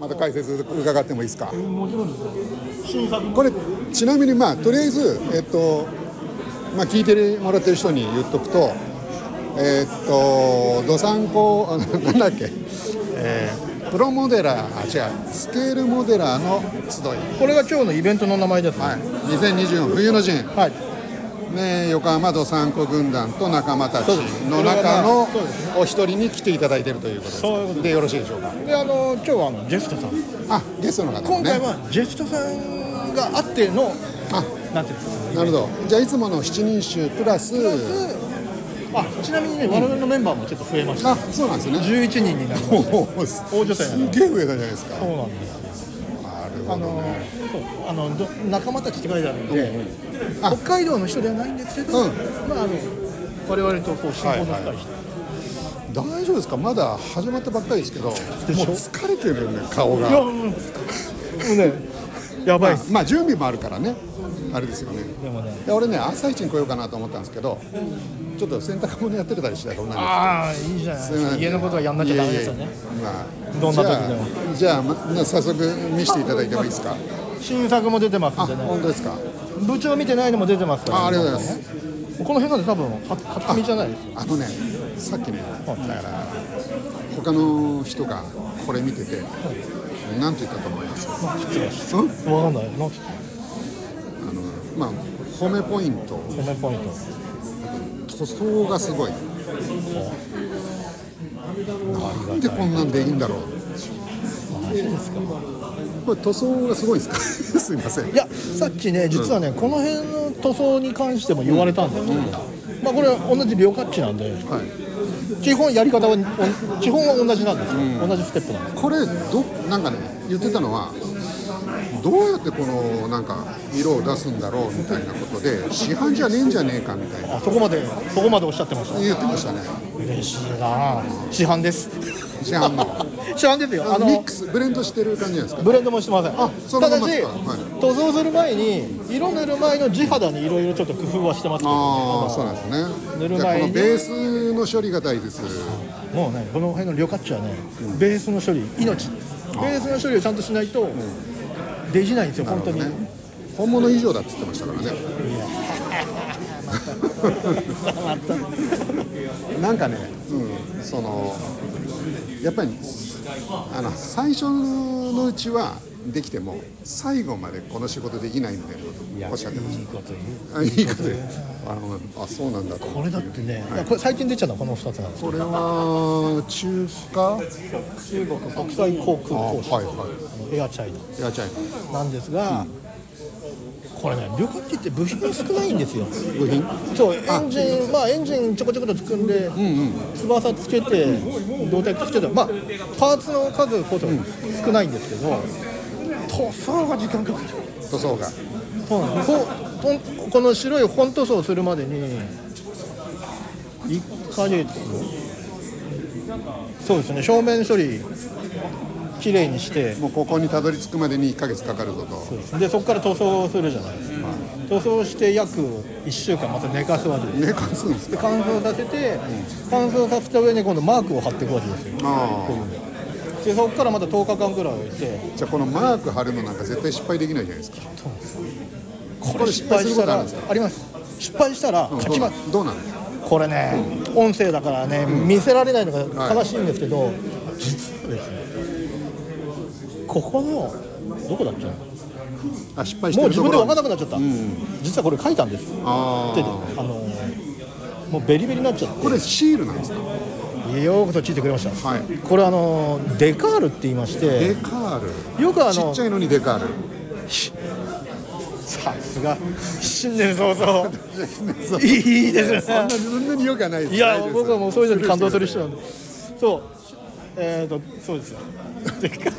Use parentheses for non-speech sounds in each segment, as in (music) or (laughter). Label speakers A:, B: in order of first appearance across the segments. A: また解説伺ってもいいですか
B: もちろんです新作
A: これちなみにまあとりあえずえっとまあ聞いてもらってる人に言っとくとえっとどさんこあのなんだっけ、えープロモデラーあ違うスケールモデラーの集い、はい、
C: これが今日のイベントの名前ですね
A: 2024冬の陣
C: はい、
A: ね、横浜どさんこ軍団と仲間たちの中のお一人に来ていただいてるということですか
C: そういうこと
A: でよろしいでしょうか
C: であの今日はあのジェストさん
A: あゲストの方もね
C: 今回はジェストさんがあっての
A: あ
C: なんていうんですか
A: なるほどじゃあいつもの七人衆プラス
C: あちなみにね我々のメンバーもちょっと増えました
A: あそうなんですね
C: 11人になりました
A: おお
C: 大所帯
A: す
C: なの
A: げえ増えたじゃないですか
C: そうなんです
A: なる
C: あ
A: ほど
C: の
A: ね
C: そうあのど仲間たちって書いてあるんで、
A: あ
C: 北海道の人ではないんですけど、
A: うん
C: まああの我々とこう親交の深い人、
A: 大丈夫ですかまだ始まったばっかりですけどもう
C: でしょ
A: 疲れてるよね顔
C: いや
A: が
C: もうもうねやばいっす
A: まあ準備もあるからねあれですよね
C: でもね
A: いや俺ね朝一に来ようかなと思ったんですけどちょっと洗濯物やってたりしてたから
C: ああいいじゃないですか家のことはやんなきゃダメですよね
A: いやいやいやまあ
C: どんな時でも
A: じゃあじゃあまな早速見せていただいてもいいですか
C: 新作も出てます
A: あ
C: んでね
A: 本当ですか
C: 部長見てないのも出てますから、
A: あありがとうございます
C: すこの辺なんで多分初初見じゃないですよ
A: あのね、さっきね、だから、他の人がこれ見てて、なんて言ったと思いますうん
C: わかんないなんか
A: まあ、褒めポイント、
C: コメンポイント
A: 塗装がすごい。なんでこんなんでいいんだろう。これ塗装がすごいですか。 (laughs) すいません。
C: いやさっきね実はね、この辺の塗装に関しても言われたんですけど、まあこれは同じ旅客機なんで
A: はい。
C: 基本やり方はお基本は同じなんですよ、同じステップなんです
A: これどなんかね言ってたのはどうやってこのなんか色を出すんだろうみたいなことで市販じゃねえんじゃねえかみたいな
C: あそこまでそこまでおっしゃってました
A: 言ってましたね
C: 嬉しいなあ市販です
A: 市販の
C: 市販ですよあ
A: あのミッ
C: の
A: クスブレンドしてる感じなんですか
C: ブレンドもしてません
A: あそのま
C: た
A: ま
C: だ
A: で
C: し、
A: すかはい
C: 塗装する前に色塗る前の地肌にいろいろちょっと工夫はしてますけどね
A: ああそう
C: ま
A: なんです
C: 塗
A: ね
C: る
A: じゃあ
C: 前
A: こ
C: に
A: のベースの処理が大事です
C: だもうねこの辺の旅客機はね、ベースの処理命ですベースの処理をちゃんとしないと、できないんですよ本当に、
A: なるほどね本物以上だって言ってましたからね (laughs) なんかね、うん、そのやっぱりあの最初のうちはできても最後までこの仕事できないみたいなことをおっしゃってまし
C: いいこと言う
A: たあいいことであのあそうなんだと
C: これだってね、
A: はい
C: これ最近出ちゃったのこの2つなんです
A: これは中華
C: 中国国際航空
A: あ
C: 公社、
A: はいはい
C: エアチャイナ
A: いやちゃい
C: なんですが、これね旅客機って部品が少ないんですよ
A: 部品
C: そうエンジンまあエンジンちょこちょこと作んで、翼つけて胴体くっつけてまあパーツの数こそ少ないんですけど、塗装が時間かかる
A: 塗装が
C: そうなんですここんこの白い本塗装するまでに1ヶ月そうですね正面処理きれいにして
A: もうここにたどり着くまでに1ヶ月かかるぞと
C: でそこから塗装をするじゃないですか、塗装して約1週間また寝かすわけです
A: 寝かすんです
C: で
A: か
C: 乾燥させて、乾燥させた上に今度マークを貼っていくわけですよ
A: ああ
C: でそこからまた10日間ぐらい置いて
A: じゃあこのマーク貼るのなんか絶対失敗できないじゃないですか
C: こ
A: れ失敗することあるんです
C: あります失敗したら書きます、
A: どうなの
C: これね、音声だからね、見せられないのが悲しいんですけど、実はですねここのどこだっけも
A: あ失敗し
C: う
A: てると
C: 自分
A: こ
C: で
A: ろ
C: 分からなくなっちゃった、実はこれ書いたんです
A: あ
C: で
A: ー
C: あのーもうベリベリになっちゃって
A: これシールなんですか
C: ようこそ聞いてくれました、
A: はい
C: これあのーデカールって言いまし
A: デ
C: て
A: カール
C: よくあ
A: ちっ
C: の
A: ちゃいのにデカール
C: さすが新年早々いいです
A: そん
C: ね
A: なそんなによくはないです
C: いや僕はもうそういうのに感動する人なんでそうえっ、とそう
A: (laughs)
C: ですよデカ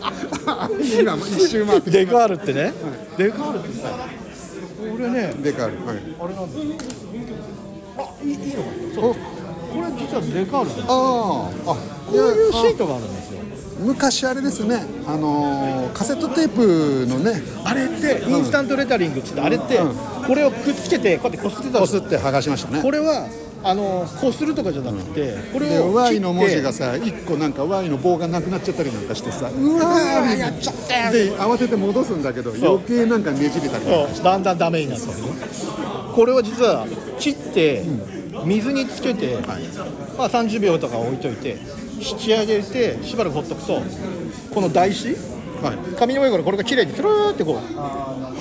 A: 今も一周回って
C: デカールってね、デカールってさこれね
A: デカールはい
C: あれなんだよあいいいいのかなそうこれ実はデカールだよ
A: あーあ
C: こういうシ
A: いや
C: ートがあるんですよ
A: あ昔あれですねあのーカセットテープのね
C: あれってインスタントレタリングっつってあれってこれをくっつけてこうやってこすってた
A: こ
C: の
A: すって剥がしましたね
C: これはあのこうするとかじゃなくて、これ
A: で
C: を
A: Y の文字が
C: 切っ
A: さ1個なんか Y の棒がなくなっちゃったりなんかしてさうわーやっちゃったよで慌てて戻すんだけど
C: そう
A: 余計なんかねじれたりとか
C: てそうだんだんダメになってるこれを実は切って、水につけて、まあ、30秒とか置いといて引き上げてしばらくほっとくとこの台紙
A: はい
C: 紙の上からこれが綺麗につるーってこう
A: は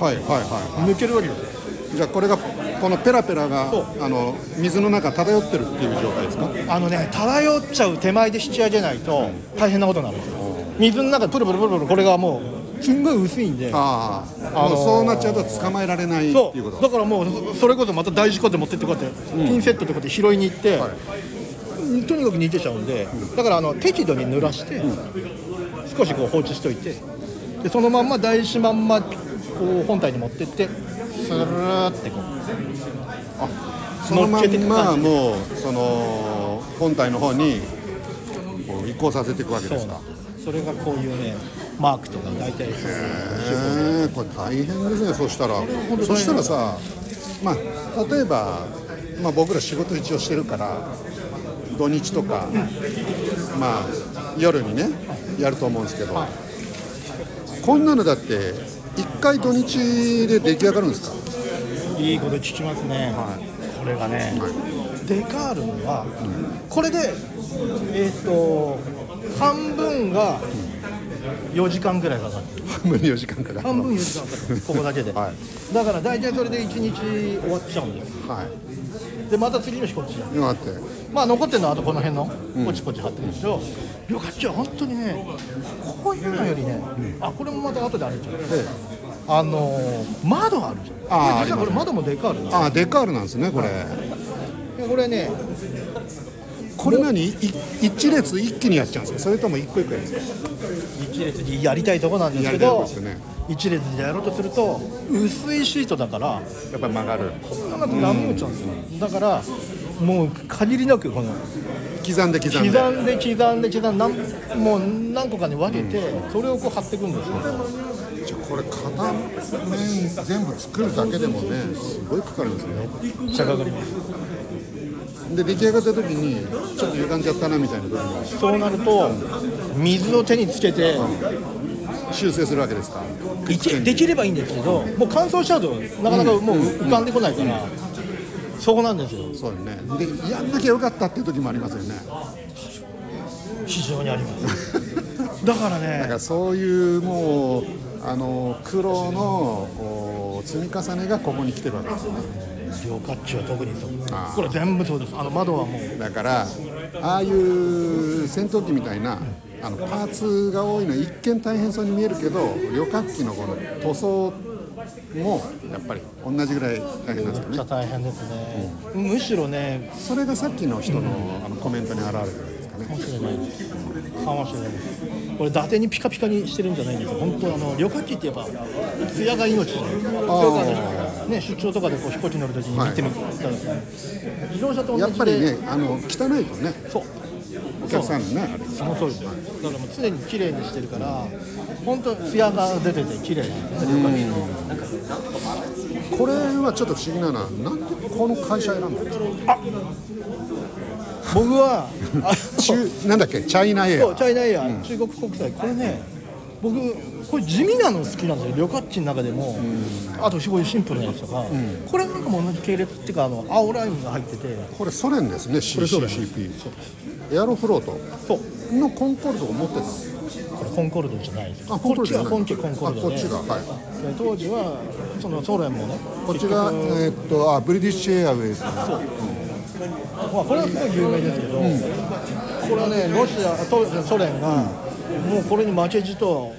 A: いはいは
C: 抜けるわけですよ
A: いじゃあこれがこのペラペラが
C: そう
A: あの水の中漂ってるっていう状態ですか
C: あのね漂っちゃう手前で引き上げないと大変なことになるんですよ水の中でプルプルプルプルこれがもうすんごい薄いんで
A: ああ、
C: のー
A: もうそうなっちゃうと捕まえられないって
C: そ
A: いうこ
C: う
A: と
C: だからもうそそれこそまた大事故で持ってってこうやって、ピンセットとかで拾いに行って、
A: は
C: とにかく逃げちゃうんでだからあの適度に濡らして、少しこう放置しといてでそのまんま台紙まんまこう本体に持ってってスルーってこう
A: そのまん
C: 乗
A: ま
C: っけて
A: もうその本体の方にこう移行させていくわけです
C: そう
A: か
C: それがこういうねマークとか大体そう
A: えーこれ大変ですねそしたらそしたらさまあ例えば、まあ、僕ら仕事一応してるから土日とか、まあ夜にねやると思うんですけど、こんなのだって1回土日で出来上がるんです (laughs) か
C: いいこと聞きますね、これがね、デカールのは、これで、えー、と半分が4時間ぐらいかかってる
A: 半分4時間かかる
C: 半分4時間かかるここだけで、
A: は
C: だから大体それで1日終わっちゃうんですよ
A: はい
C: でまた次の日こっちだ
A: 今って
C: まあ残ってるのはあとこの辺のポチポチ貼ってるんですよ、よかっちゃん本当にねこういうのよりね、あこれもまた後であるじゃん
A: え
C: あのー窓あるじゃん
A: あー
C: これ実はこれ窓もデカールなんですよ
A: ああデカールなんですねこれ
C: いやこれね
A: これ何い一列一気にやっちゃうんですかそれとも一個一個やるんですか
C: 一列にやりたいとこなんですけ
A: やりたいとこ
C: ど、
A: ですよね
C: 一列でやろうとすると薄いシートだから
A: やっぱり曲がる
C: なんか波打っちゃうんですよ、だからもう限りなくこの
A: 刻んで刻んで
C: 刻んで刻んで刻んでなんもう何個かに分けて、それをこう貼っていくんですけど
A: じゃあこれ片面全部作るだけでもねすごいかかるんですね
C: しゃががります
A: で出来上がった時にちょっと歪んじゃったなみたいな時に
C: そうなると水を手につけて、
A: 修正するわけですか
C: いけできればいいんですけどもう乾燥しちゃうとなかなかもう浮かんでこないから、そこなんですよ
A: そうよねでやんなきゃよかったっていう時もありますよね
C: 非常にあります
A: (laughs)
C: だからね
A: だからそういうもうあの苦労のこう積み重ねがここに来てるわけですよね
C: 両カッチは特にそう
A: あー
C: これ全部そうですあの窓はもう
A: だからああいう戦闘機みたいなあのパーツが多いのは一見大変そうに見えるけど旅客機のこの塗装もやっぱり同じぐらい大変なんですよ
C: めっちゃ
A: ね
C: 大変ですね、むしろね
A: それがさっきの人のあのコメントに表れてるんですか
C: か
A: ね
C: もしれないですかもしれないですこれ伊達にピカピカにしてるんじゃないんですよ本当あの旅客機ってやっぱ艶が命じゃないですか
A: ー
C: ね、出張とかでこう飛行機乗るときに見てみたら、自動車と同じで
A: やっぱりねあの汚いとね
C: そう
A: お客さんねあれ
C: その通りですだからもう常に綺麗にしてるから本当艶が出てて綺麗なんですね旅客機の
A: これはちょっと不思議なのはなんでこの会社選んだんですか
C: 僕はあの
A: 中なんだっけチャイナエア
C: そうチャイナエア、中国国際これね僕これ地味なの好きなんですよ旅客機の中でも、あとこういうシンプルなやつとか、これなんかも同じ系列っていうかあの青ラインが入ってて
A: これソ連ですね
C: れソ連
A: CCCP エアロフロート
C: そう
A: のコンコルドを持ってたの
C: これコンコルドじゃないです
A: あコン
C: こ
A: コ
C: っ
A: ルド
C: ち
A: じゃ
C: は
A: ない
C: 本家コンコルドで
A: あこっちがは
C: で当時はそのソ連もね
A: こっちが、
C: 結
A: えーっとあブリティッシュエアウェイズ
C: 局まあ、これはすごい有名ですけど、これはねロシア当時のソ連が、もうこれに負けじと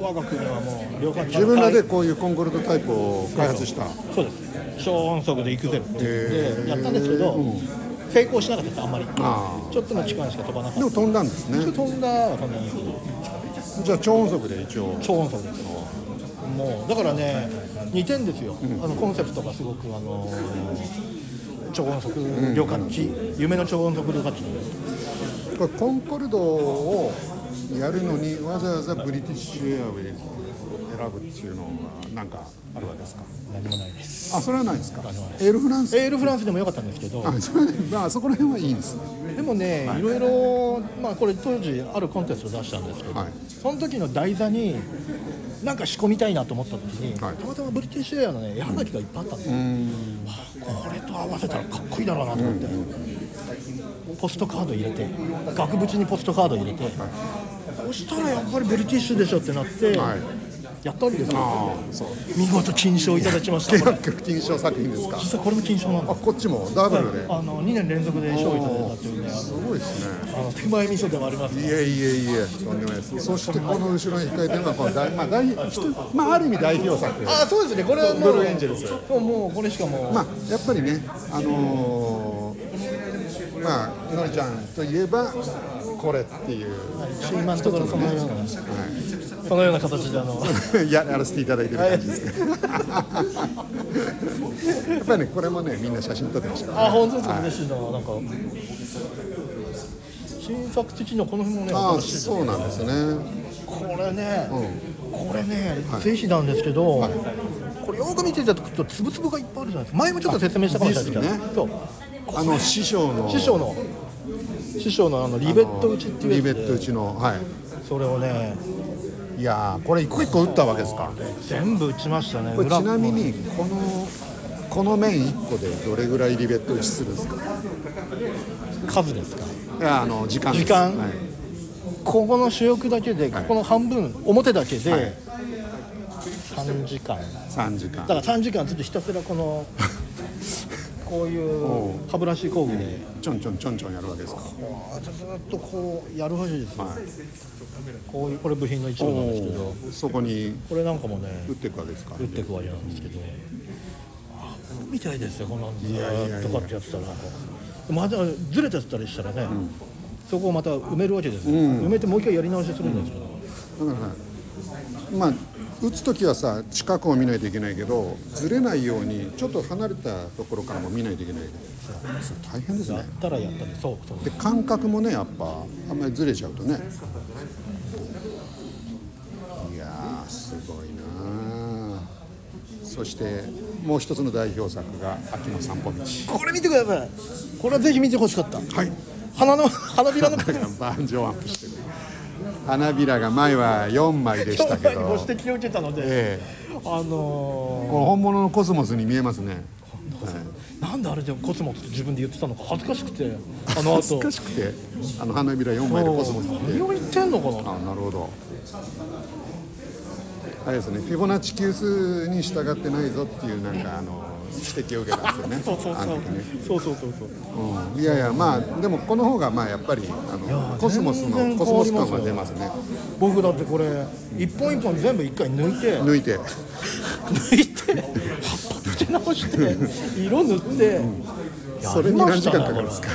C: 我が国はもう旅客機
A: 自分らでこういうコンコルドタイプを開発した
C: そうです超音速で行くぜって言ってやったんですけど、成功しなかったですあんまり
A: あ
C: ちょっとの力しか飛ばなか
A: で
C: っ
A: も飛んだんです
C: た
A: ね
C: 飛んだは飛んだんですけど
A: じゃあ超音速で一応
C: 超音速ですもうだからね似てんですよ、あのコンセプトがすごくあのー超音速旅客機、夢の超音速旅客機
A: これコンコルドをやるのにわざわざブリティッシュエアウェイズを選ぶっていうのはなんかあるわけですか
C: 何もないです
A: あそれはないですかエールフランス
C: エールフランスでもよかったんですけど
A: あそれはねまあそこら辺はいいんですね
C: でもね、い、ろいろ、まあ、これ当時あるコンテストを出したんですけど、
A: はい
C: その時の台座になんか仕込みたいなと思った時に、
A: はい
C: たまたまブリティッシュエアのね絵はがきがいっぱいあったんですよ、わあこれと合わせたらかっこいいだろうなと思って、ポストカード入れて額縁にポストカード入れて、そしたらやっぱりブリティッシュでしょってなって、
A: はい
C: やったんですよ
A: ああそう
C: 見事金賞いただきました
A: 契 (laughs)
C: これ
A: 約金賞作品ですか
C: 実はこれも金賞なん
A: あ
C: だ
A: こっちもダブルで、
C: あの2年連続で賞をいただいたというねあの
A: すごいですね
C: あの手前味噌でもあります
A: いえいえいえとんでもないですそしてこの後ろに控えてるのはこの大、まあ大一まあ、ある意味代表作
C: あそうですねこれはもう
A: ドルエンジェルス
C: もうもうこれしかもう、
A: まあやっぱりねあのーまあのりちゃんといえばこれっていう、
C: 今のところそのような、そのような形であの
A: ややらせていただいてる感じです (laughs) けどやっぱりねこれもねみんな写真撮ってました
C: あ本当ですか嬉しいななんか新作的にはこの辺もね
A: ああ
C: 新しいです
A: そうなんですね
C: これね、これね、ぜひなんですけど、これよく見ていただくとつぶつぶがいっぱいあるじゃないですか前もちょっと説明したかもしれないですけど
A: ですね
C: そう
A: あの師匠の
C: 師匠の師匠のあのリベット打ちっていう
A: リ
C: やつ
A: ベ
C: で
A: ット打ちのはい
C: それをね
A: いやーこれ一個一個打ったわけですか
C: 全部打ちましたね
A: これ
C: 裏
A: ちなみにこのこの面1個でどれぐらいリベット打ちするんですか
C: 数ですか
A: いやあの時間です
C: 時間
A: はい
C: ここの主翼だけで、ここの半分表だけで、
A: はい
C: 3時間
A: 3時間
C: だから3時間ずっとひたすらこ (laughs) のこういう歯ブラシ工具で、
A: ちょんちょんちょんちょんやるわけですか
C: ずっとこうやるはずです、
A: は
C: こういうこれ部品の一
A: い
C: 部なんですけど
A: そこに
C: これなんかもね
A: 打っていくわけですか
C: 打っていくわけなんですけどあみたいですよこんなんず
A: やいやいや
C: ーっとかってやってたらまだずれてたりしたらね、そこをまた埋めるわけですよ、埋めてもう一回やり直しするんですけど、
A: だからねまあ打つ時はさ近くを見ないといけないけどずれないようにちょっと離れたところからも見ないといけないそれ大変です
C: や
A: ね
C: ったらやったでそうそう
A: で感覚もねやっぱあんまりずれちゃうとねいやーすごいなあそしてもう一つの代表作が「秋の散歩道」
C: これ見てくださいこれはぜひ見てほしかっ
A: (laughs)
C: た
A: はい
C: 花の (laughs) 花びらの数
A: なんかバージョンアップしてる花びらが前は4枚でしたけ
C: ご
A: (laughs) ど、
C: 指摘を受けたので、
A: ええ
C: あの
A: これ本物のコスモスに見えますね
C: ー、なんであれでコスモスって自分で言ってたのか恥ずかしくてあの後
A: 恥ずかしくてあの花びら4枚でコスモスって
C: 何を言ってんのかな
A: あなるほどあれですねフィボナッチ級数に従ってないぞっていうなんかあの指摘を受けたんですよね
C: (laughs) そうそう
A: あ
C: そ
A: の
C: う
A: 時ね、
C: そうそうそうそう
A: うんいやいやまあでもこの方がまあやっぱりあのコスモス
C: 全
A: の
C: 然
A: コスモス
C: 変わ
A: 感
C: りますよ
A: が出ますね
C: 僕だってこれ一本一本全部一回抜いて
A: 抜いて
C: 抜いて葉っぱ付け直して色塗って、
A: それに何時間かかるんですか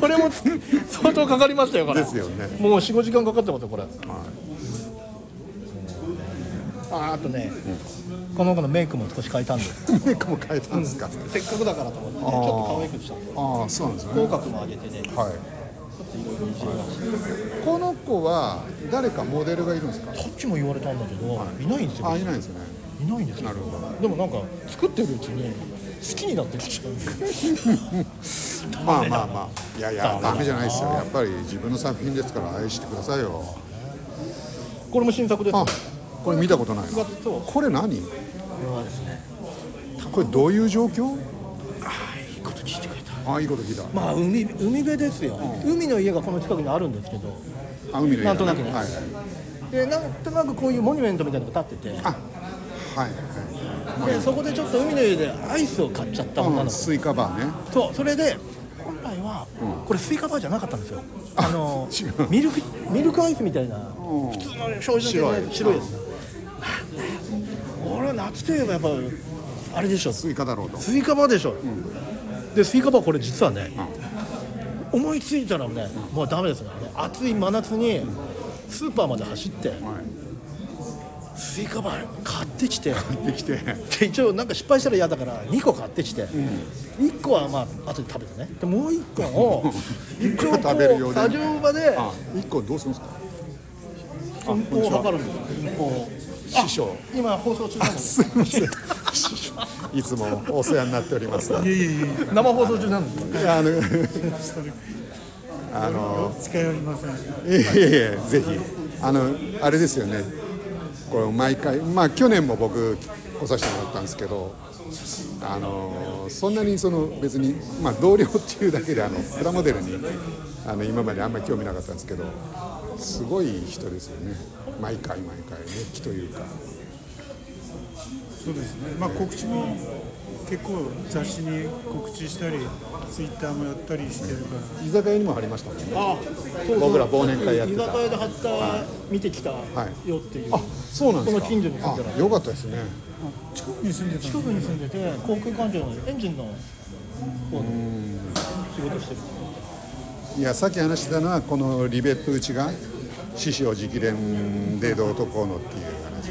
C: これも相当かかりましたよこれ
A: ですよね
C: もう45時間かかってますよこれ、あーあとね、この子のメイクも少し変えたんで
A: メイクも変えたんですか
C: せっかくだからと思ってねちょっと可愛くしたんで
A: ああそうなんですね
C: 口角も上げてねちょ
A: はい
C: っといろいろいじりました
A: この子は誰かモデルがいるんですか
C: こっちも言われたんだけど、い、ないんですよ
A: あいないですね
C: いないんですよ
A: なるほど
C: でもなんか作ってるうちに好きになってきちゃうんで
A: (laughs)
C: すよ
A: まあまあまあいやいやダメじゃないですよやっぱり自分の作品ですから愛してくださいよ
C: これも新作です
A: あ
C: こ
A: これ見たことないな
C: れ
A: これ何
C: はですね
A: これどういう状況
C: いいこと聞いてくれた
A: あいいこと聞いた
C: まあ海海辺ですよ、海の家がこの近くにあるんですけど
A: あ海の家
C: なんとなくね
A: はいはい
C: でなんとなくこういうモニュメントみたいなのが立ってて
A: はい
C: でそこでちょっと海の家でアイスを買っちゃった女
A: は
C: の
A: い
C: 子
A: スイカバーね
C: そうそれで本来はこれスイカバーじゃなかったんですよ、あの
A: 違う
C: ミルクミルクアイスみたいな普通の標準的なやつ
A: 白
C: 白
A: い
C: いやつ俺は夏といえばやっぱあれでしょス
A: スイカだろうと
C: イカバーでしょ、でスイカバーこれ実はね、思いついたらねもうダメですねあの暑い真夏にスーパーまで走って、スイカバー買ってきて
A: できて
C: で一応なんか失敗したら嫌だから2個買ってきて、1個はまあ後で食べてねでもう1個を一応こう
A: 食べるようで
C: 作業場で
A: あ一個どうするんですか
C: 奮法を図るんですよ奮法を
A: 師匠
C: 今放送中なんで
A: す
C: す
A: いませんいつもお世話になっております
B: いえいえいえ
C: 生放送中なんです
A: いやあのあの
B: 近寄りません
A: いえいえぜひあのあれですよねこれ毎回まあ去年も僕来させてもらったんですけどあのそんなにその別に、まあ、同僚っていうだけであのプラモデルにあの今まであんまり興味なかったんですけどすごい人ですよね毎回毎回熱気というか
B: そうですねまあ告知も結構雑誌に告知したりツイッターもやったりしてるから
A: 居酒屋にも貼りましたもんね
C: あ
A: 僕ら忘年会やってた
C: 居酒屋で貼った見てきたよ
A: い
C: っていう、
A: あそうなんですか
C: この近所に住んでる
A: あよかったですね
B: 近くに住んでた
C: 近
B: の
C: くに住んでて航空関係のエンジンの方の仕事してる
A: いやさっき話してたのはこのリベット打ちが師匠直伝でどうとこうのっていう話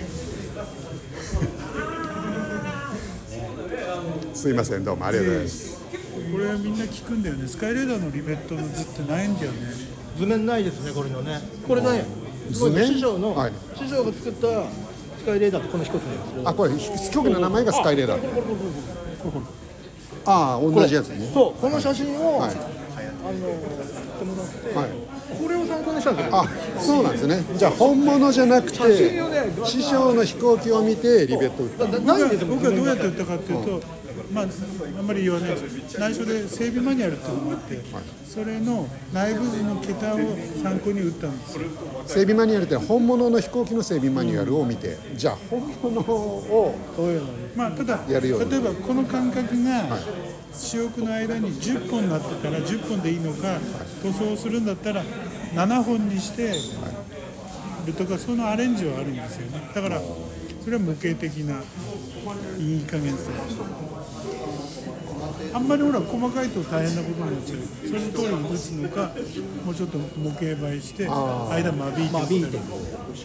A: (laughs) すいませんどうもありがとうございます
B: これはみんな聞くんだよねスカイレーダーのリベットの図ってないんだよね
C: 図面ないですねこれのねこれね
A: 図面
C: 師匠の、
A: はい
C: 師匠が作ったスカイレーダーってこの一つのやつ
A: あこれ局の名前がスカイレーダーああ
C: こ
A: 同
C: れ
A: じやつね
C: そうこの写真を、
A: はい
C: あの友達で
A: はい
C: これを参考にしたんですよ
A: あそうなんですねじゃあ本物じゃなくて
C: 写真をね
A: 師匠の飛行機を見てリベット打った
C: だだないんですよ
B: 僕はどうやって売ったかっていうと、まあ、あんまり言わないです内緒で整備マニュアルっていうのがあってそれの内部図の桁を参考に打ったんですよ
A: 整備マニュアルって本物の飛行機の整備マニュアルを見てじゃあ本物を
C: そういうのに
B: まあ、ただ
A: やるように
B: 例えばこの間隔が主翼の間に10本になってたら10本でいいのか塗装するんだったら7本にしてるとかそのアレンジはあるんですよねだからそれは無形的ないい加減さあんまりほら細かいと大変なことになっちゃうそれの通りに打つのかもうちょっと模型映えして間間引いてみたり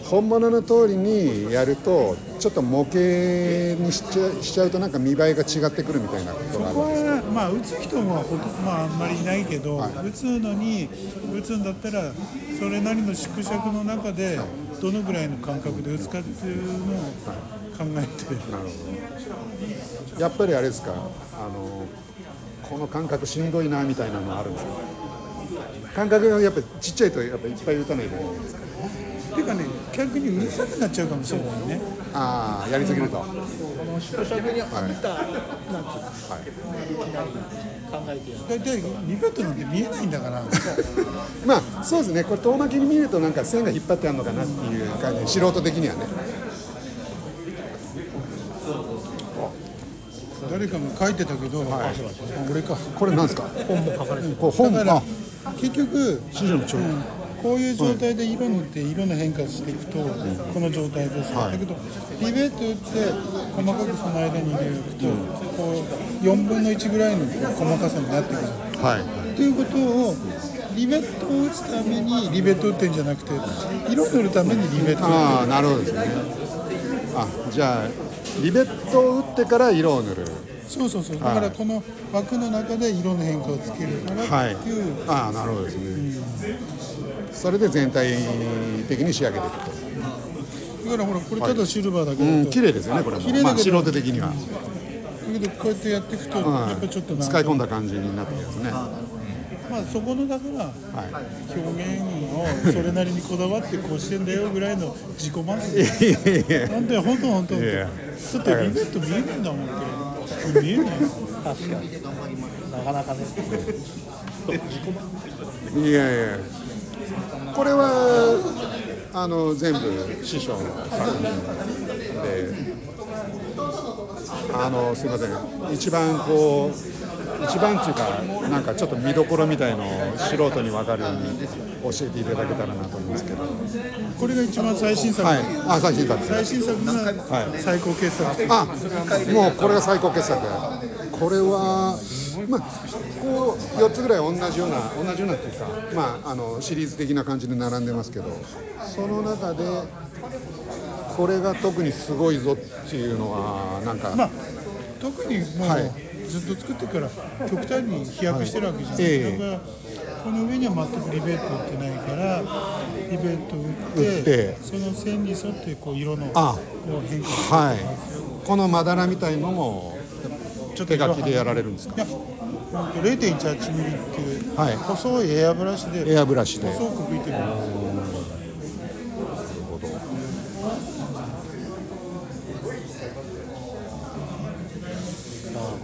A: 本物の通りにやるとちょっと模型にしちゃしちゃうとなんか見栄えが違ってくるみたいなことがあ
B: こ
A: る
B: こはまあ打つ人はほとまああんまりいないけど、打つのに打つんだったらそれなりの縮尺の中でどのぐらいの間隔で打つかっていうのを考えて、 (laughs)
A: やっぱりあれですかあのこの感覚しんどいなみたいなのあるんですか感覚がやっぱちっちゃいとやっぱいっぱい打たないと思うんですか
B: っていうかね逆にうるさくなっちゃうかもしれないね
A: ああやりすぎると、
C: この縮尺に合った、なんていうか考えてやる
B: 大体リベットなんて見えないんだから
A: まあそうですねこれ遠巻きに見るとなんか線が引っ張ってあるのかなっていう感じ素人的にはね
B: 誰かも書いてたけど、俺か
A: これなんですか
C: 本も書かれてる
A: これ本
B: だから
A: あ
B: 結局
A: 師匠の帳
B: うんこういう状態で色塗って色の変化していくとこの状態です、だけどリベート打って細かくその間に入れると、こう4分の1ぐらいのこう細かさになってくる
A: はい
B: ということをリベットを打つためにリベット打ってんじゃなくて色塗るためにリベット打っ
A: ああなるほどですねあじゃあリベットを打ってから色を塗る
B: てそうそうそうだからこの枠の中で色の変化をつけるからっていう、
A: ああなるほどですね、それで全体的に仕上げていくと、
B: だからほらこれただシルバーだけ
A: うん、
B: だと、
A: 綺麗ですよねこれも
B: 綺麗だけど
A: まあ、素人的には、
B: だけどこうやってやっていくとやっぱちょっと
A: うん、
B: な
A: 使い込んだ感じになってきますね、
B: まあそこのだから
A: は
B: 表現をそれなりにこだわってこうしてんだよぐらいの自己満足
A: い、いやいやい
B: 本当に本当本当
A: やいや
B: ちょっとリベット見えねえんだもんって見えない
C: 確かになかなかね
A: やいやいやこれはあの全部師匠の作品であのすいません一番こう一番っていうかなんかちょっと見どころみたいのを素人に分かるように教えていただけたらなと思うんですけど
B: これが一番最新作、
A: はい、あ最新作です
B: 最新作が最高傑作、
A: あもうこれが最高傑作これは、まあ、こう4つぐらい同じような同じようなっていうか、まあ、あのシリーズ的な感じで並んでますけどその中でこれが特にすごいぞっていうのはなんか、
B: まあ特にもう、
A: はい
B: ずっと作ってから極端に飛躍してるわけじゃない、
A: ええ
B: だからこの上には全くリベット打ってないからリベット打って
A: 打って
B: その線に沿ってこう色の
A: あ
B: こう変化して
A: はいこのまだらみたいのも
B: ちょっと
A: 手
B: 色
A: 書
B: 々
A: きでやられるんですか
B: いやほんと0.18ミリっていう、
A: はい
B: 細いエアブラシで
A: エアブラシで
B: 細く吹いてるんですよ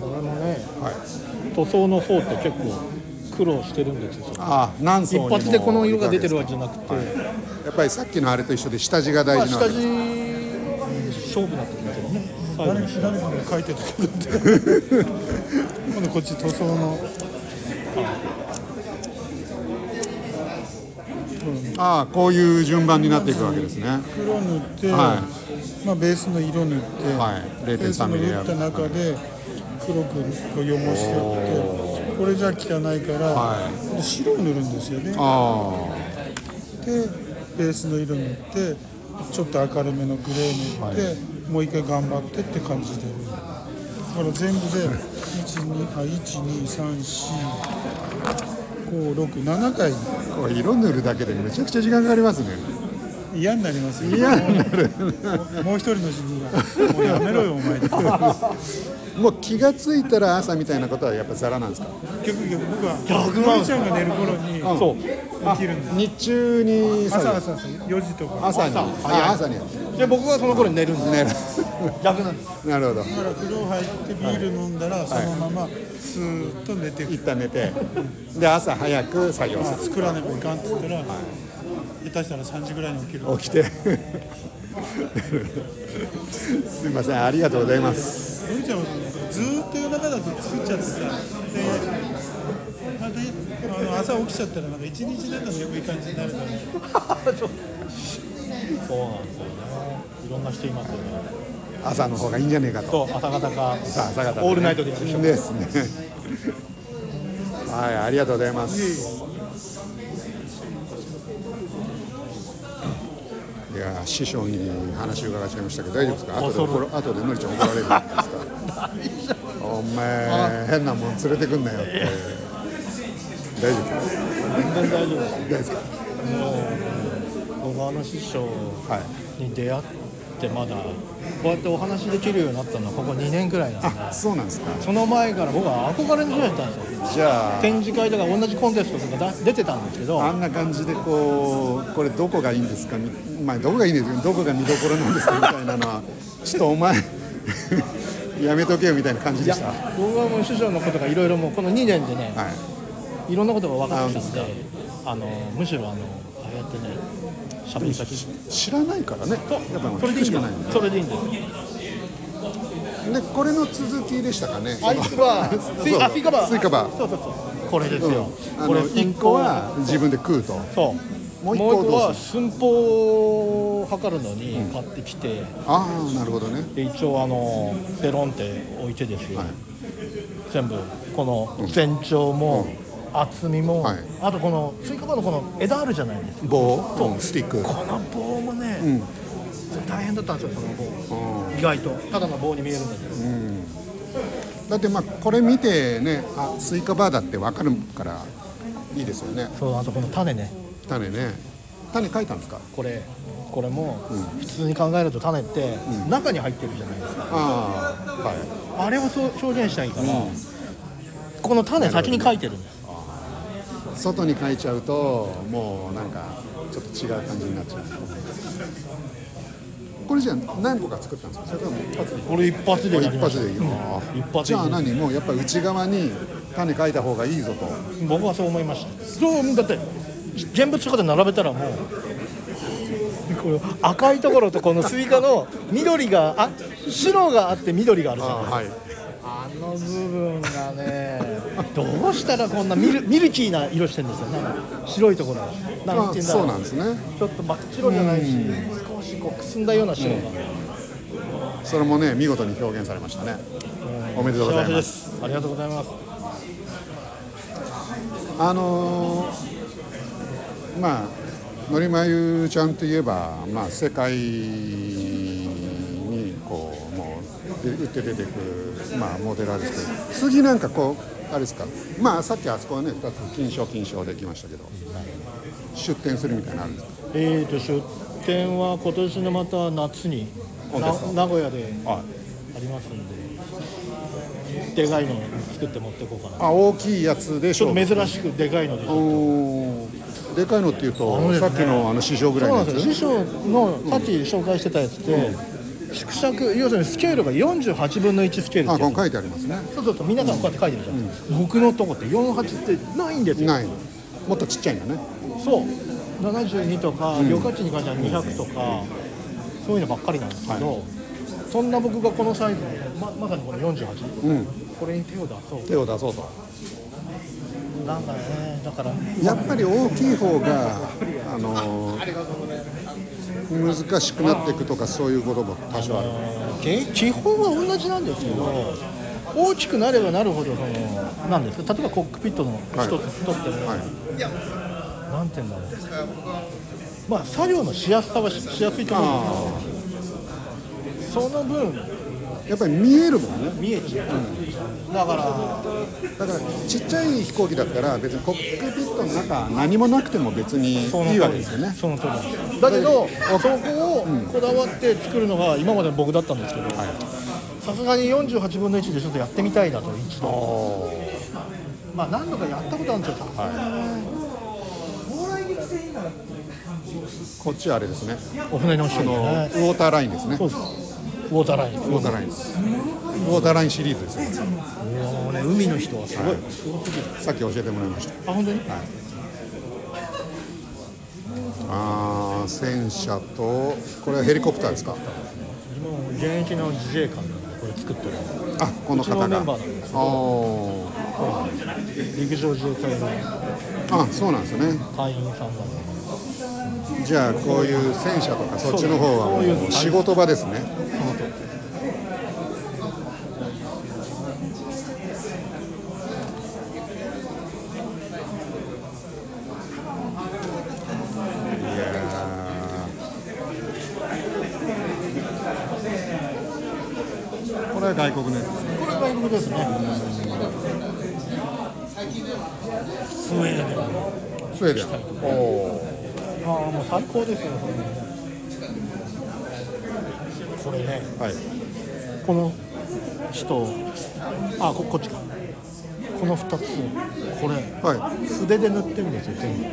C: これもね
A: はい、
C: 塗装の方って結構苦労してるんですよ
A: ああ何層
C: 一
A: にも
C: 発でこの色が出てるわけじゃなくて、
A: やっぱりさっきのあれと一緒で下地が大
C: まあ、
A: 事なわけで
C: 下地
A: す、
C: 勝負になってきますよね最後
B: 誰
C: の
B: か誰かが書いてたけどって今度こっち塗装の
A: ああこういう順番になっていくわけですね
B: 黒塗って、
A: は
B: まあ、ベースの色塗って、
A: はい
B: ベース
A: 0.3
B: の
A: ミリ
B: 打った中で黒くこう汚してってこれじゃ汚いから、
A: は
B: 白を塗るんですよねで
A: あ
B: ベースの色塗ってちょっと明るめのグレー塗って、もう一回頑張ってって感じでだから全部で123456回
A: あこれ色塗るだけでめちゃくちゃ時間かかりますね
B: 嫌になりますよ嫌になるもう一人の自分が「もうやめろよお前」って。
A: もう気がついたら朝みたいなことはやっぱザラなんですか
B: 結局僕は
C: 逆なん
B: おちゃんが寝る頃に
C: そう
B: 起きるんです
A: 日中に
B: 朝朝朝4時とか
A: 朝に
C: 朝
A: あ朝に
C: で僕はその頃に寝るんで
A: 寝る
C: 逆なんです
A: なるほど
B: だから風呂入ってビール飲んだらそのままスーッと寝て
A: 一旦寝てで朝早く作業す
B: 作らなきゃいかんって言ったら下手したら3時ぐらいに起きる
A: る起きて (laughs) すいませんありがとうございます
B: おじちゃんはずーっと夜中だと作っちゃってさでまたあの朝起きちゃったらなんか一日なんか眠い感じになるから
C: そうなんですよねいろんな人いますよね
A: 朝の方がいいんじゃねえかと
C: そう朝方か
A: さあ朝方でね
C: オールナイトでやる人
A: ですねはいありがとうございますいや師匠に話伺っちゃいましたけど大丈夫ですか後で怒ら後でのりちゃん怒られるんですかお前変なもん連れてくんなよって大丈夫です
C: 全然大丈夫で
A: 大
C: す
A: 丈夫ですか
C: 小川の師匠
A: はい
C: に出会ってまだこうやってお話できるようになったのはここ2年くらいなんで
A: あそうなんですか
C: その前から僕は憧れの人だったんですよ
A: じゃ
C: 展示会とか同じコンテストとか出出てたんですけど
A: ああんな感じでこうこれどこがいいんですかみまあどこがいいんですかどこが見どころなんですかみたいなのはちょっとお前 (laughs) やめとけよみたいな感じ
C: い
A: で
C: や
A: したは
C: 僕はもう師匠のことがいろいろもうこの2年でね、
A: い
C: い、ろんなことが分かってきたんであのむしろあのああやってね喋り先
A: 知らないからねやっぱ
C: それでいいん
A: し
C: で
A: かないん
C: すそれでいいんです
A: でこれの続きでしたかね
C: あいつは
A: その
C: スイ
A: そう
C: あスイカバー
A: スイカバー
C: そうそうそうこれですよ、
A: あ
C: これ
A: の一個は自分で食うと
C: そう
A: も
C: も
A: う
C: う
A: 一個
C: 一
A: は
C: 個
A: どう
C: は寸法を測るのに買ってきて、
A: ああなるほどね
C: で一応あのペロンって置いてですよ、全部この全長も厚みも、
A: はい
C: あとこのスイカバーのこの枝あるじゃないですか
A: 棒うんスティック
C: この棒もね、大変だったんですよその棒、意外とただの棒に見えるんだけど、
A: だってまあこれ見てねあスイカバーだって分かるからいいですよね
C: そうあとこの種ね
A: 種ね種書いたんですか
C: これこれも普通に考えると種って中に入ってるじゃないですか、
A: ああはい
C: あれをそう表現したいから、この種先に書いてるんです
A: 外に書いちゃうともうなんかちょっと違う感じになっちゃうこれじゃあ何個か作ったんですかそれとも一発で
C: これ一発でやり
A: 一
C: ました
A: 発でいいよ、
C: うん一発でいい
A: じゃあ何もうやっぱ内側に種書いた方がいいぞと
C: 僕はそう思いましたそうだって現物とかで並べたらもうこの赤いところとこのスイカの緑があ白があって緑があるじゃん
A: はい
C: あの部分が (laughs) ねどうしたらこんなミルミルキーな色してるんですよね白いところがなん
A: あ
C: ていうんだろ
A: そう
C: う
A: なんですね
C: ちょっと真っ白じゃないし少しこうくすんだような白が、
A: それもね見事に表現されましたねおめでとうござい
C: 幸せ
A: ま
C: ですすありがとうございます
A: あのーまあのりまゆちゃんといえば、まあ、世界にこうもうで打って出てく、まあ、モデラーですけど次なんかこうあれですかまあさっきあそこはね2つ金賞金賞できましたけど出展するみたいなのあるんですか
C: えーと出店は今年のまた夏に
A: コンテスト
C: な名古屋で
A: あ
C: ありますんででかいの作って持っていこうかな
A: あ大きいやつで
C: ちょっと
A: し
C: 珍しくでかいので
A: ょおーでかいのっていうと、さっきのあの市場ぐらい
C: そう
A: の
C: な
A: や
C: ん
A: つ
C: ですよ師匠のさっき紹介してたやつって縮尺要するにスケールが48分の1スケール
A: あ
C: って
A: こ
C: や
A: の
C: つ
A: 書いてありますね
C: そうそうそう皆さんこうやって書いてるじゃん、僕のとこって48ってないんですよ
A: ないもっとちっちゃいんだね
C: そう72とか魚価値に関しては200とか、そういうのばっかりなんですけど、そんな僕がこのサイズのままさにこの48、
A: うん
C: これに手を出そう
A: 手を出そうと
C: なんかねだから
A: やっぱり大きい方が、あの難しくなっていくとかそういうことも多少ある、
C: け基本は同じなんですけど大きくなればなるほどそのなんですか例えばコックピットの
A: はい
C: 一つ取っても、
A: はい
C: なんて言うんだろうまあ作業のしやすさはししやすいと思うんですよその分
A: やっぱり見えるもんね
C: 見えちゃう、だから
A: だからちっちゃい飛行機だったら別にコックピットの中何もなくても別に
C: その
A: いいわ
C: 通
A: け
C: り
A: ですよね
C: その通りですだけどそこをこだわって作るのが今までの僕だったんですけどさすがに48分の1でちょっとやってみたいなと一度まあ何度かやったことあるんですよ、
A: こっちはあれですね
C: お船の人
A: あ
C: に
A: のウ
C: ね
A: ォーターラインですね
C: そうですウォーターライン
A: ウォーターラインですウォーターラインシリーズですね
C: もうね海の人はすごい、
A: さっき教えてもらいました
C: あ本当に、
A: あー戦車とこれはヘリコプターですか
C: もう現役の自衛官なんでこれ作ってる
A: あこの方
C: うちの
A: が
C: メンバーなんです
A: あー
C: 陸上自衛隊の
A: あそうなんですよね
C: 隊員さんなんで
A: じゃあこういう戦車とかそっちの方は
C: そうですそういう
A: もう
C: の
A: 仕事場ですね。いやーこれは外国のやつですね。
C: これ外国ですねスウェーデン
A: スウェーデン。おおー。
C: ああもう最高ですよこれねこれね
A: はい。
C: この人あここっちかこの2つこれ
A: は
C: 素手で塗ってるんですよ全部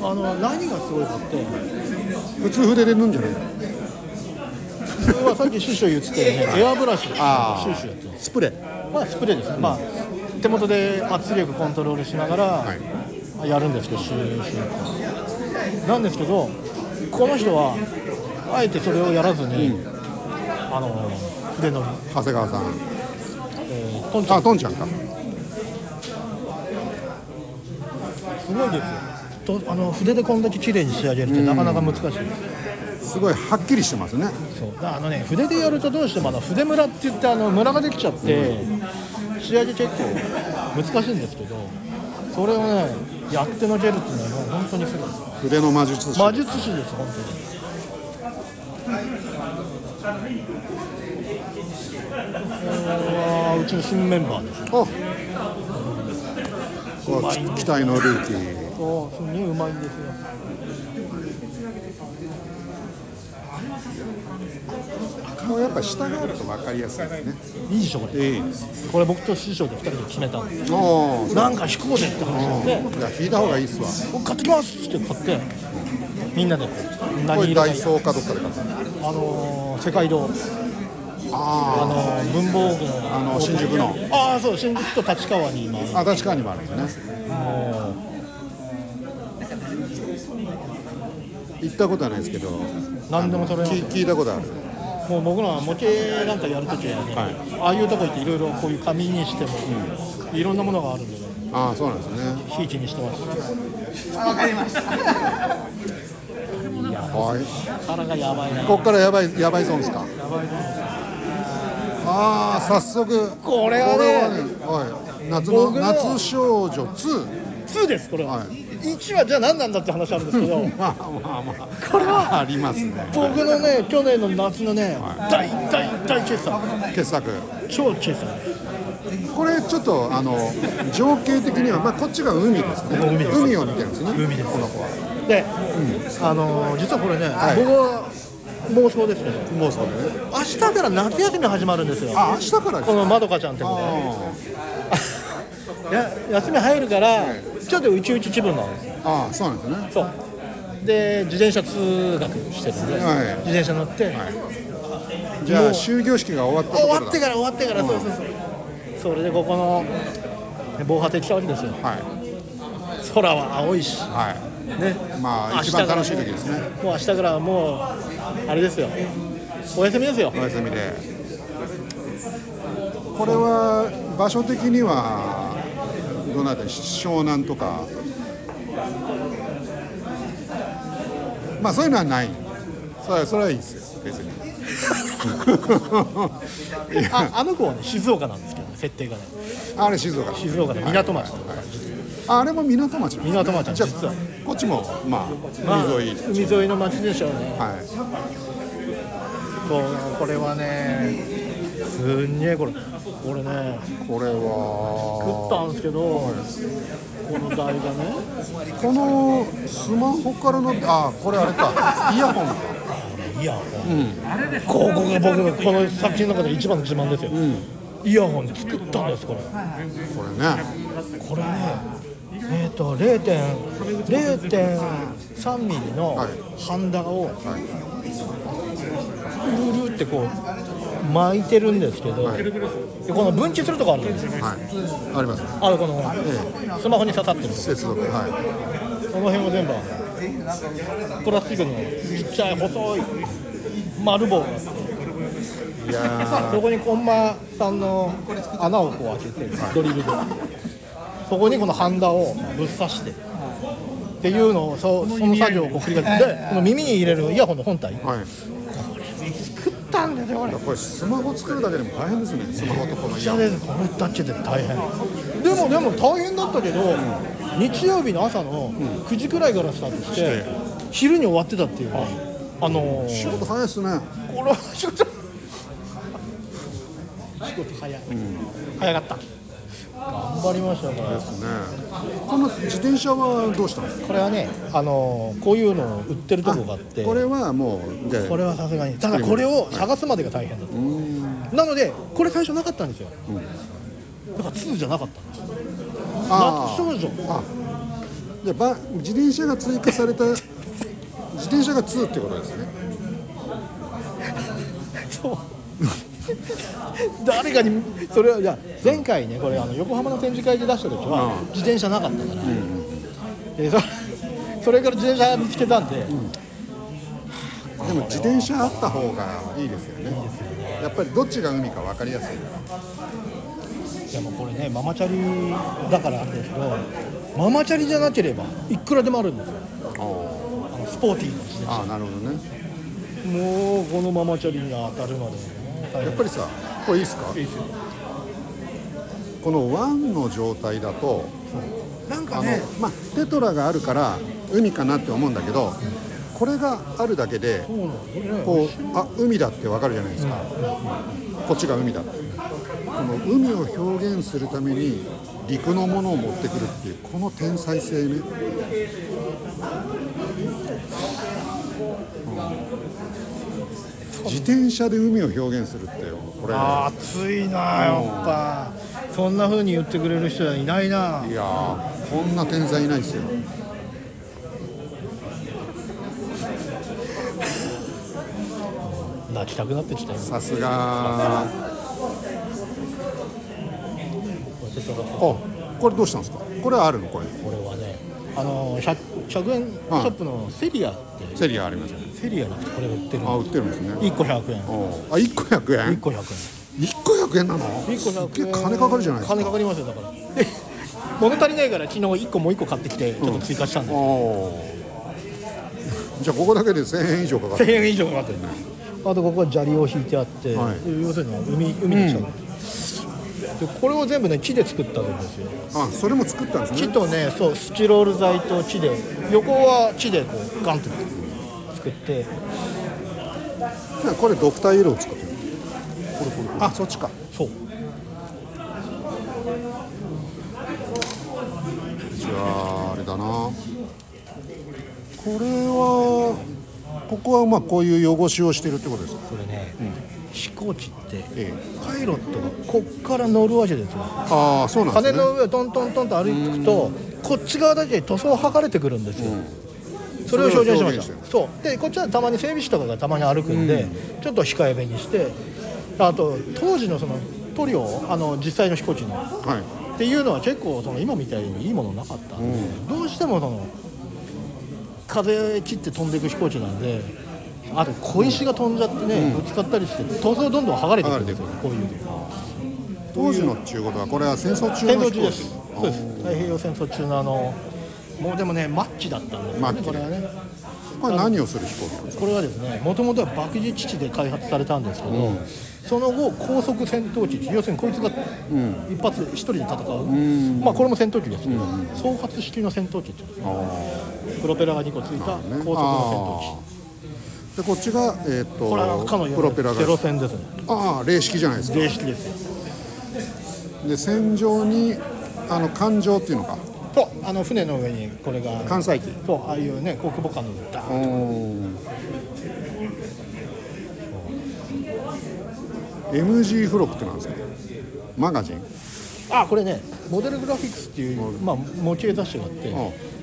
C: あの何がすごいかって
A: い。普通筆で塗るんじゃない？
C: 普通はさっきシュッシュ言ってたよねエアブラシシュ
A: あー
C: ッシュやってる
A: スプレー。
C: まあスプレーですね、まあ、手元で圧力コントロールしながらやるんですけど、シューシューってなんですけど、この人はあえてそれをやらずに、あの筆のり、
A: 長谷川さん。
C: えー、トンチ
A: あ、
C: ャ
A: トンちゃんか。
C: すごいですよとあの、筆でこんだけ綺麗に仕上げるって、なかなか難しいです、
A: すごいはっきりしてますね。
C: そうだからあのね、筆でやるとどうしてもあの筆ムラって言って、あのムラができちゃって、仕上げ結構難しいんですけど、それをね、やってのけるっていうのは、もう本当にすごいです。
A: 筆の魔術師。
C: 魔術師です本当にこれはうちの新メンバーです
A: おこうき期待のルーキー
C: そうすげえうまいんですよ
A: こうやっぱ下があると分かりやすいですね
C: いいでしょこれ
A: いいです
C: これ僕と師匠で2人で決めたんで
A: おー
C: なんか引こうぜって話で
A: いや引いた方がいいっすわ
C: 僕買ってきますって買ってみんなでこう
A: こ
C: 何
A: れ
C: 色が
A: ダ
C: い
A: イ
C: い
A: ソーかどっかで買った
C: あのー世界堂あ
A: あ
C: のー文房具の
A: あの新宿の
C: ああそう新宿と立川に今
A: ああ確かにもあるんですね行ったことはないですけど
C: 何でも揃えます
A: 聞
C: よ
A: 聞いたことある
C: もう僕らは模型なんかやるときはね、
A: は
C: ああいうとこ行っていろいろこういう紙にしても、いろんなものがあるんでね、
A: ああそうなんですね
C: ひいきにしてます。
A: いやはい
C: 殻がやばいな
A: ここからやばいやばいゾーンですかああ早速
C: これはね
A: はい、夏の
C: 僕の
A: 夏少女2
C: 2ですこれは、
A: はい
C: 1はじゃあ何なんだって話あるんですけど
A: まあまあまあ
C: これは
A: ありますね
C: 僕のね去年の夏のね、大大大傑作
A: 傑作
C: 超傑作
A: これちょっとあの情景的には、まあ、こっちが海ですね
C: 海です
A: を見てるんですね
C: 海です
A: この子は
C: で、あのー実はこれね、
A: はい
C: 僕は妄想ですけど
A: もうそうだね
C: 明日から夏休み始まるんですよ
A: あ明日からです
C: こ
A: か
C: のまどかちゃんって子で
A: あ
C: や休み入るから
A: はい
C: ちょっとうちうち気分なんですよ
A: ーあーそうなんですね
C: そうで自転車通学してるんで、
A: はい
C: 自転車乗って、
A: じゃ
C: も
A: あ
C: う
A: 終業式が終わったとこ
C: 終
A: ろだ
C: わってから終わってから、そうそうそうそれでここの防波堤来たわけですよ
A: はい
C: 空は青いし
A: は
C: ね
A: いまあ
C: 明日
A: 一
C: から
A: 番楽しい時ですね
C: もう明日からはもうあれですよお休みですよ
A: お休みでこれは場所的にはどなた湘南とかまあそういうのはないそれはそれはいいですよ別に
C: ああの子はね静岡なんですけどね設定がね
A: あれ静岡
C: 静岡の港町なんです
A: ああれも港町なんですね
C: 港町なんです
A: じゃ
C: 実は
A: あこっちもま
C: まあ
A: あ海沿い、
C: 海沿いの町でしょうね
A: は
C: そうこれはねすんげえこれこれ
A: い
C: ね
A: これ
C: 食っ
A: は
C: たんですけどこの台がね
A: このスマホからのあこれあれかイヤホンか
C: イヤホン、ここが僕のこの作品の中で一番の自慢ですよ、イヤホン作ったんですこれ
A: これね
C: これねえっ、ー、と0.0.3ミリの
A: はい
C: ハンダを
A: はい
C: ぐるるってこう巻いてるんですけど、
A: はい
C: でこの分岐するとこあるんですよ
A: はいあります
C: あのこのスマホに刺さってる
A: 接続はい
C: この辺も全部あのプラスチックのちっちゃい細い丸棒が
A: いやー
C: そこにコンマさんの穴をこう開けてドリルでそこにこのハンダをぶっ刺してっていうのをそうその作業をこう繰り返してでこの耳に入れるイヤホンの本体
A: はい、
C: 作ったんですよこれ
A: これスマホ作るだけでも大変ですね、スマホとこのイ
C: じ
A: ヤ
C: ゃ
A: ホン。
C: ですこれだけで大変でもでも大変だったけど日曜日の朝の9時くらいからスタートして昼に終わってたっていうねあのー
A: 仕事早いですね。
C: これは仕事仕事早い、早かった頑張りましたよこ
A: ですね。この自転車はどうしたんですか。
C: れこれはねあのーこういうのを売ってるとこがあって
A: これはもう、で、
C: これはさすがにただこれを探すまでが大変だったなのでこれ最初なかったんですよ、だから2じゃなかったんです
A: あ
C: 夏少女
A: ーで、ば、自転車が追加された。自転車が2ってことですね。
C: そう誰かにそれはいや前回ねこれあの横浜の展示会で出した時は
A: うん
C: 自転車なかったから、でそ (laughs) それから自転車見つけたんで、
A: でも自転車あった方がいいですよね。やっぱりどっちが海か分かりやすい。
C: いやもうこれねママチャリだからあれですけどママチャリじゃなければいくらでもあるんですよあのスポーティーな自
A: ああ、なるほどね。
C: 転車もうこのママチャリに当たるまで、大
A: や
C: 変
A: っぱりさ、これいいですか。このワンの状態だと。
C: なん
A: あ
C: か
A: の
C: ね
A: まあ、テトラがあるから海かなって思うんだけどこれがあるだけで
C: そうなのこれね
A: こうあ海だってわかるじゃないですか、こっちが海だってこの海を表現するために陸のものを持ってくるっていうこの天才性ね、うん自転車で海を表現するってこれ
C: あー熱いなやっぱそんな風に言ってくれる人はいないない
A: やーこんな天才いないですよ
C: 泣きたくなってきたよ
A: さすがあこれどうしたんですかこれはあるのこれ
C: これはねあの 100, 100円ショップのセリアって、
A: セリアありますよね
C: セリアなくてこれが売ってる
A: あ
C: の
A: 売ってるんですね
C: 1個100円
A: おうあ一個百
C: 1
A: 円
C: 個100
A: 一個百円なの
C: 円1個
A: すっ
C: 100
A: げ
C: 円
A: え金かかるじゃないですか
C: 金かかりますよだからで物足りないから昨日1個もう1個買ってきてちょっと追加したんです、
A: おうじゃあここだけで1000円以上かかる
C: 1000円以上かかってるあとここは砂利を引いてあって、
A: はい
C: 要するに海海に近く、でこれを全部ね木で作ったんですよ
A: あそれも作ったんですね
C: 木とねそうスチロール材と木で横は木でこうガンと作って
A: じゃあこれドクターイエローを作ってるこれこれあそっちか
C: そう
A: じゃああれだなこれはここはまあこういう汚しをしてるってことですか
C: これね、飛行機って
A: ええ
C: パイロットがこっから乗るわけですよ
A: ああそうなんです
C: 羽
A: ね
C: の上をトントントンと歩いていくとこっち側だけ塗装剥がれてくるんですよ、それを表現しました
A: それを表現してる
C: そうでこっちはたまに整備士とかがたまに歩くんで、ちょっと控えめにしてあと当時のその塗料あの実際の飛行機の
A: はい
C: っていうのは結構その今みたいにいいものなかった、どうしてもその風切って飛んでいく飛行機なんであと小石が飛んじゃってね、ぶつかったりして塗装どんどん剥がれてくるんですよ
A: 剥
C: こういう
A: 当時のっていうことはこれは戦争中
C: 戦
A: の飛
C: 争中
A: 行
C: ですそうです
A: 機
C: 太平洋戦争中のあのもうでもねマッチだったんですよ
A: 末
C: ね
A: 期
C: これはね
A: これ何をする飛行機なんです
C: これはですねもともとは爆撃基地で開発されたんですけど、その後高速戦闘機要するにこいつが一発一人で戦う、まあこれも戦闘機ですけど、双発式の戦闘機っていうんですねプロペラが2個つい
A: か
C: た高速
A: ね
C: の戦闘機
A: あーでこっちがえーっ
C: これはかの
A: と
C: よ
A: プロ
C: う
A: ペラ
C: に
A: が
C: ゼロ戦ですね
A: ああ零式じゃないですか
C: 零式ですよ
A: で戦場にあの艦上っていうのか
C: とあの船の上にこれが
A: 艦載機
C: とああいうね国母艦のダー
A: お
C: ン
A: MG フロックってなんですかマガジン
C: あこれねモデルグラフィックスっていう、まあ、模型雑誌があって、
A: う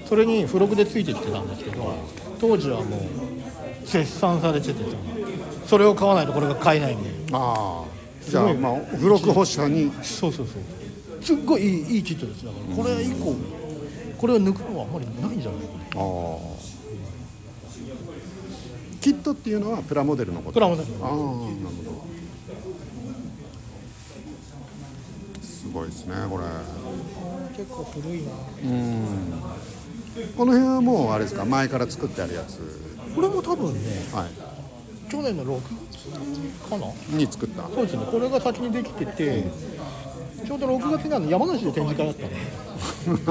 C: それに付録でついてきてたんですけど当時はもう絶賛されててそのそれを買わないとこれが買えないんで
A: ああじゃ
C: すご
A: あ
C: い
A: まあ付録欲しさに
C: そうそうそうすっごいいいいいキットですだからこれ以降これを抜くのはあんまりないんじゃないかな
A: ああキットっていうのはプラモデルのこと
C: プラモデル
A: ああなるほどすごいですねこれ
C: 結構古いな
A: この辺はもうあれですか前から作ってあるやつ、
C: これも多分ね
A: は、
C: 去年の6月かない
A: に作った
C: そうですねこれが先にできてて、ちょうど6月にあの山梨で展示会だった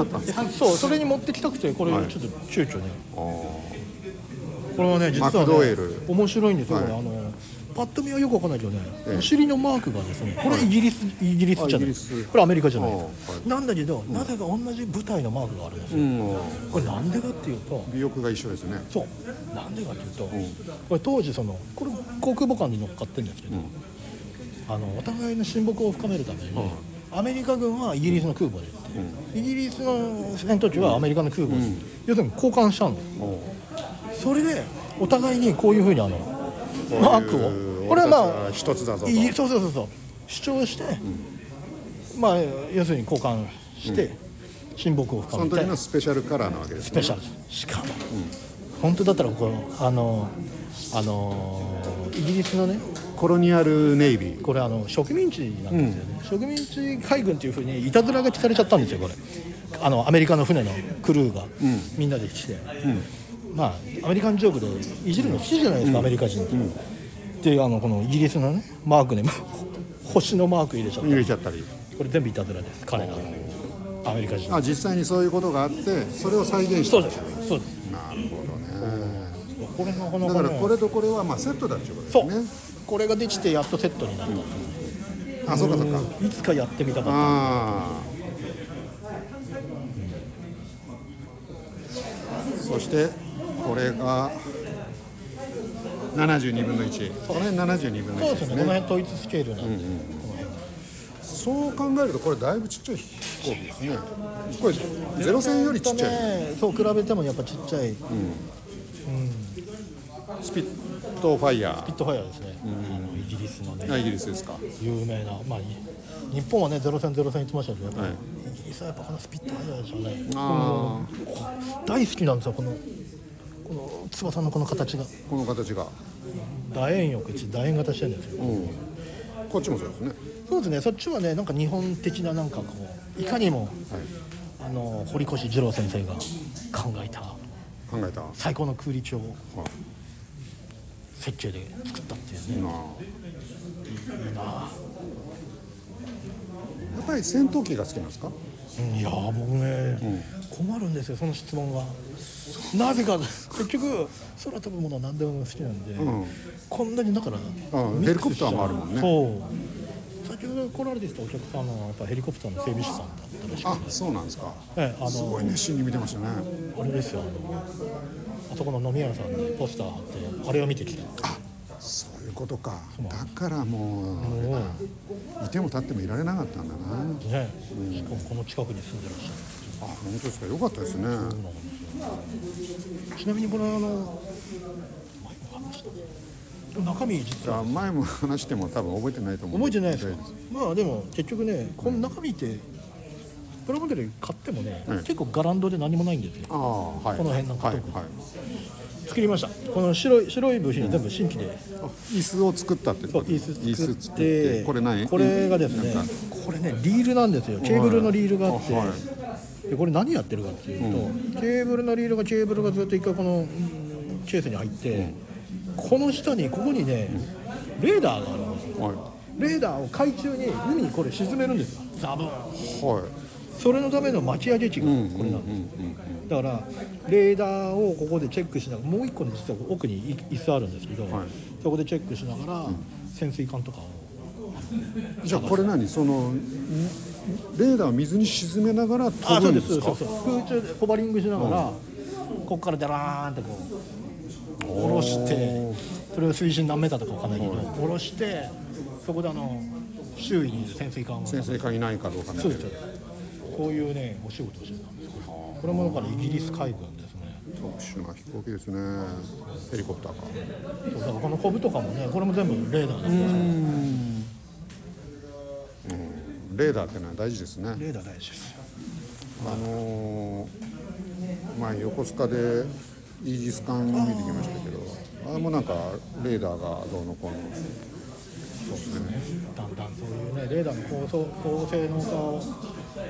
C: ん
A: (laughs)
C: でそうそれに持ってきたくてこれ
A: はい
C: ちょっと急遽ね、
A: あー
C: これはね実
A: マ
C: は
A: クドエ
C: ね
A: ル
C: 面白いんですよ、
A: はい
C: これあのパッと見はよくわかんないけどね、
A: ええ
C: お尻のマークがですねこれイギリス、イギリスじ
A: あ
C: ゃ
A: イギ
C: ない
A: リス
C: これアメリカじゃないです
A: ああは
C: なんだけど、なぜか同じ舞台のマークがあるんですよ、
A: うん
C: これなんでかっていうと
A: 尾翼が一緒ですね
C: そうなんでかっていうと、これ当時そのこれ航空母艦に乗っかってるんですけど、あのお互いの親睦を深めるために、アメリカ軍はイギリスの空母で行って、イギリスの戦闘機はアメリカの空母です、要するに交換したんです
A: おう
C: それでお互いにこういうふうにあの
A: こういう
C: マークをこれはまあ
A: 一つだぞと
C: いいそうそうそうそう主張して、まあ要するに交換して、親睦を深
A: そ
C: め
A: の
C: て
A: 時のスペシャルカラーなわけです
C: ス
A: ね
C: ペシャルしかも、本当だったらここあのあのイギリスのね
A: コロニアルネイビー
C: これあの植民地なんですよね、植民地海軍っていうふうにいたずらがきされちゃったんですよこれあのアメリカの船のクルーが、みんなで来て、まあアメリカンジョークでいじるの好きじゃないですか、アメリカ人って、であのこのイギリスのねマークね (laughs) 星のマーク入れちゃった
A: 入れちゃったり
C: これ全部いたずらです彼らのアメリカ人
A: あ実際にそういうことがあってそれを再現し
C: そ
A: た
C: うですそうです
A: なるほどね
C: これのこの
A: だからこれとこれはまあセットだっていうこと
C: そ
A: で
C: う、
A: すね
C: これができてやっとセットになった、
A: あそうかそうか
C: いつかやってみたかっ
A: ああそしてこれが72分の1この辺72分
C: た
A: の
C: そ
A: 1
C: う
A: で
C: で
A: すす
C: ねこの
A: ね
C: 辺統一スケールなんで、
A: そう考えるとこれだいぶちっちゃい飛行機ですねこれゼロ戦よりちっちゃい
C: ねそう比べてもやっぱちっちゃいピ
A: スピットファイヤー
C: ットファイアですね、あのイギリスのね
A: あイギリスですか
C: 有名なまあい日本はねゼロ戦ゼロ戦言ってましたけどやっぱり、
A: はい
C: イギリスはやっぱこのスピットファイアでしょうね
A: あ
C: 大好きなんですよこのこの翼のこの形が
A: ーこの形が
C: 楕円よ口楕円型してるんですよ、
A: こっちもそうですね
C: そうですねそっちはねなんか日本的ななんかこういかにも、あの堀越二郎先生が考えた
A: 考えたな
C: 最高の空理帳を設計で作ったっていうね
A: やっぱり戦闘機が好きなんですか
C: いやー僕ね、困るんですよその質問がなぜか結局空飛ぶものは何でも好きなんで、
A: ん
C: こんなにだから、
A: うん
C: ミック
A: ヘリコプ
C: スした
A: ターもあるもんね
C: そう先ほど来られてたお客様はやっぱヘリコプターの整備士さんだったらしく
A: あそうなんですか
C: ええあの
A: すごい熱心に見てましたね
C: あれですよあのあそこの飲み屋さんにポスター貼ってあれを見てきた
A: そういうことかだからもういても立ってもいられなかったんだな
C: ね、しかもこの近くに住んでらっしゃる
A: あ本当ですか良かったですね
C: ちなみにこれあの前も話したねでも中身実は
A: あ前も話しても多分覚えてないと思う
C: 覚えてないですかまあでも結局ねこの中身ってプラモデル買ってもね、
A: うん
C: 結構ガランドで何もないんですよ
A: ああはい
C: この辺なんか
A: はい、
C: 特に
A: はい、
C: 作りましたこの白い白い部品は全部新規で、
A: 椅子を作ったって
C: そ
A: こ
C: う
A: と
C: 椅子作って
A: これ何
C: これがですね
A: なんか
C: これねリールなんですよケーブルのリールがあって、
A: あは
C: でこれ何やってるかっていうと、ケーブルのリールがケーブルがずっと一回このうんケースに入って、この下にここにね、レーダーがあるんですよ
A: は
C: レーダーを海中に海にこれ沈めるんですよザブン
A: いは
C: それのための巻き上げ機がこれなんです、だからレーダーをここでチェックしながらもう一個の実は奥にい椅子あるんですけど、
A: はい
C: そこでチェックしながら、潜水艦とかを
A: いじゃあこれ何そのんレーダーを水に沈めながら
C: あ
A: 飛
C: そ
A: ぶ
C: うんで
A: ですす
C: そ
A: か
C: うそう空中でホバリングしながら、ここからダラーンってこう下ろしてそれを水深何メーターとかわかんないけど、下ろしてそこであの周囲にいる潜水艦を
A: 先生がいないかどうかね
C: そうですこういうねお仕事をしてたんですこれもだからイギリス海軍ですね
A: 特殊な飛行機ですねヘリコプターか
C: そうだからこのコブとかもねこれも全部レーダーなんですよ
A: レーダーってのは大事ですね
C: レーダー大事ですよ
A: あのー、前横須賀でイージス艦見てきましたけどあれもなんかレーダーがどうのこうの
C: だんだんそういうねレーダーの高層高性能化を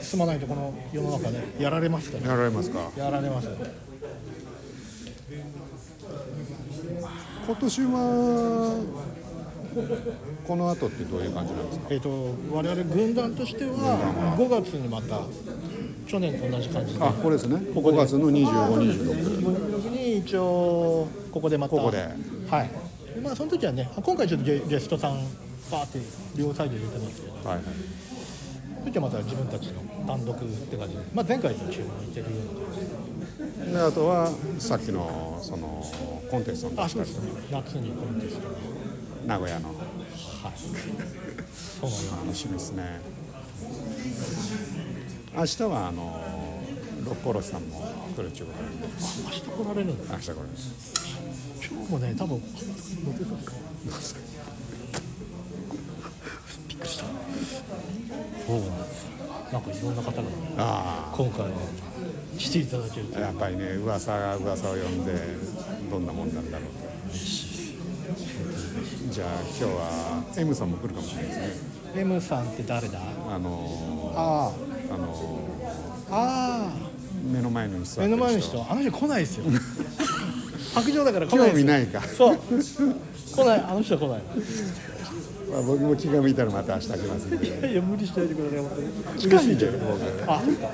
C: 進まないとこの世の中ねやられますから
A: やられますか
C: やられますよ
A: 今年はこの後ってどういう感じなんですか
C: えー、と我々軍団としては5月にまた去年と同じ感じで
A: あこれですね5月の2526
C: 26に一応ここでまた
A: ここで
C: はいでまあその時はねあ今回ちょっとゲゲストさんバーって両サイド入れてますけどそ
A: はい
C: の時はまた自分たちの単独って感じで、まあ、前回と中に似てるような感
A: であとはさっきのそのコンテストの
C: じあそうですね夏にコンテストが
A: 名古屋の
C: はいそうなんです
A: 楽しみですね明日はあの六甲おろしさんも来るっていうことなんで
C: 明日来られるんです
A: 明日これです
C: 今日もね多分乗ってたんですかびっくりしたそうなんですよなんかいろんな方が
A: あ
C: 今回は来ていただけると
A: あやっぱりね噂が噂を呼んでどんなもんなんだろうとじゃあ今日は M さんも来るかもしれないですね
C: M さんって誰だ
A: あの
C: あ
A: あの
C: ああ
A: 目の前の人
C: あ目の前の人あの人来ない (laughs) ですよ白状だから来ない
A: 興
C: です
A: 味
C: よ
A: ないか、
C: そう来ないあの人は来ない
A: まあ、僕も気が向いたらまた明日来ますんで
C: いやいや無理しないでください本当に
A: 嬉しい
C: に
A: けど僕
C: あそうか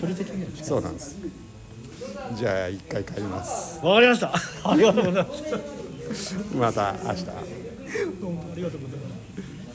C: 距離的には近
A: (laughs)
C: い
A: そうなんですじゃあ一回帰ります
C: わかりましたありがとうございます
A: また明日
C: どうもありがとうございます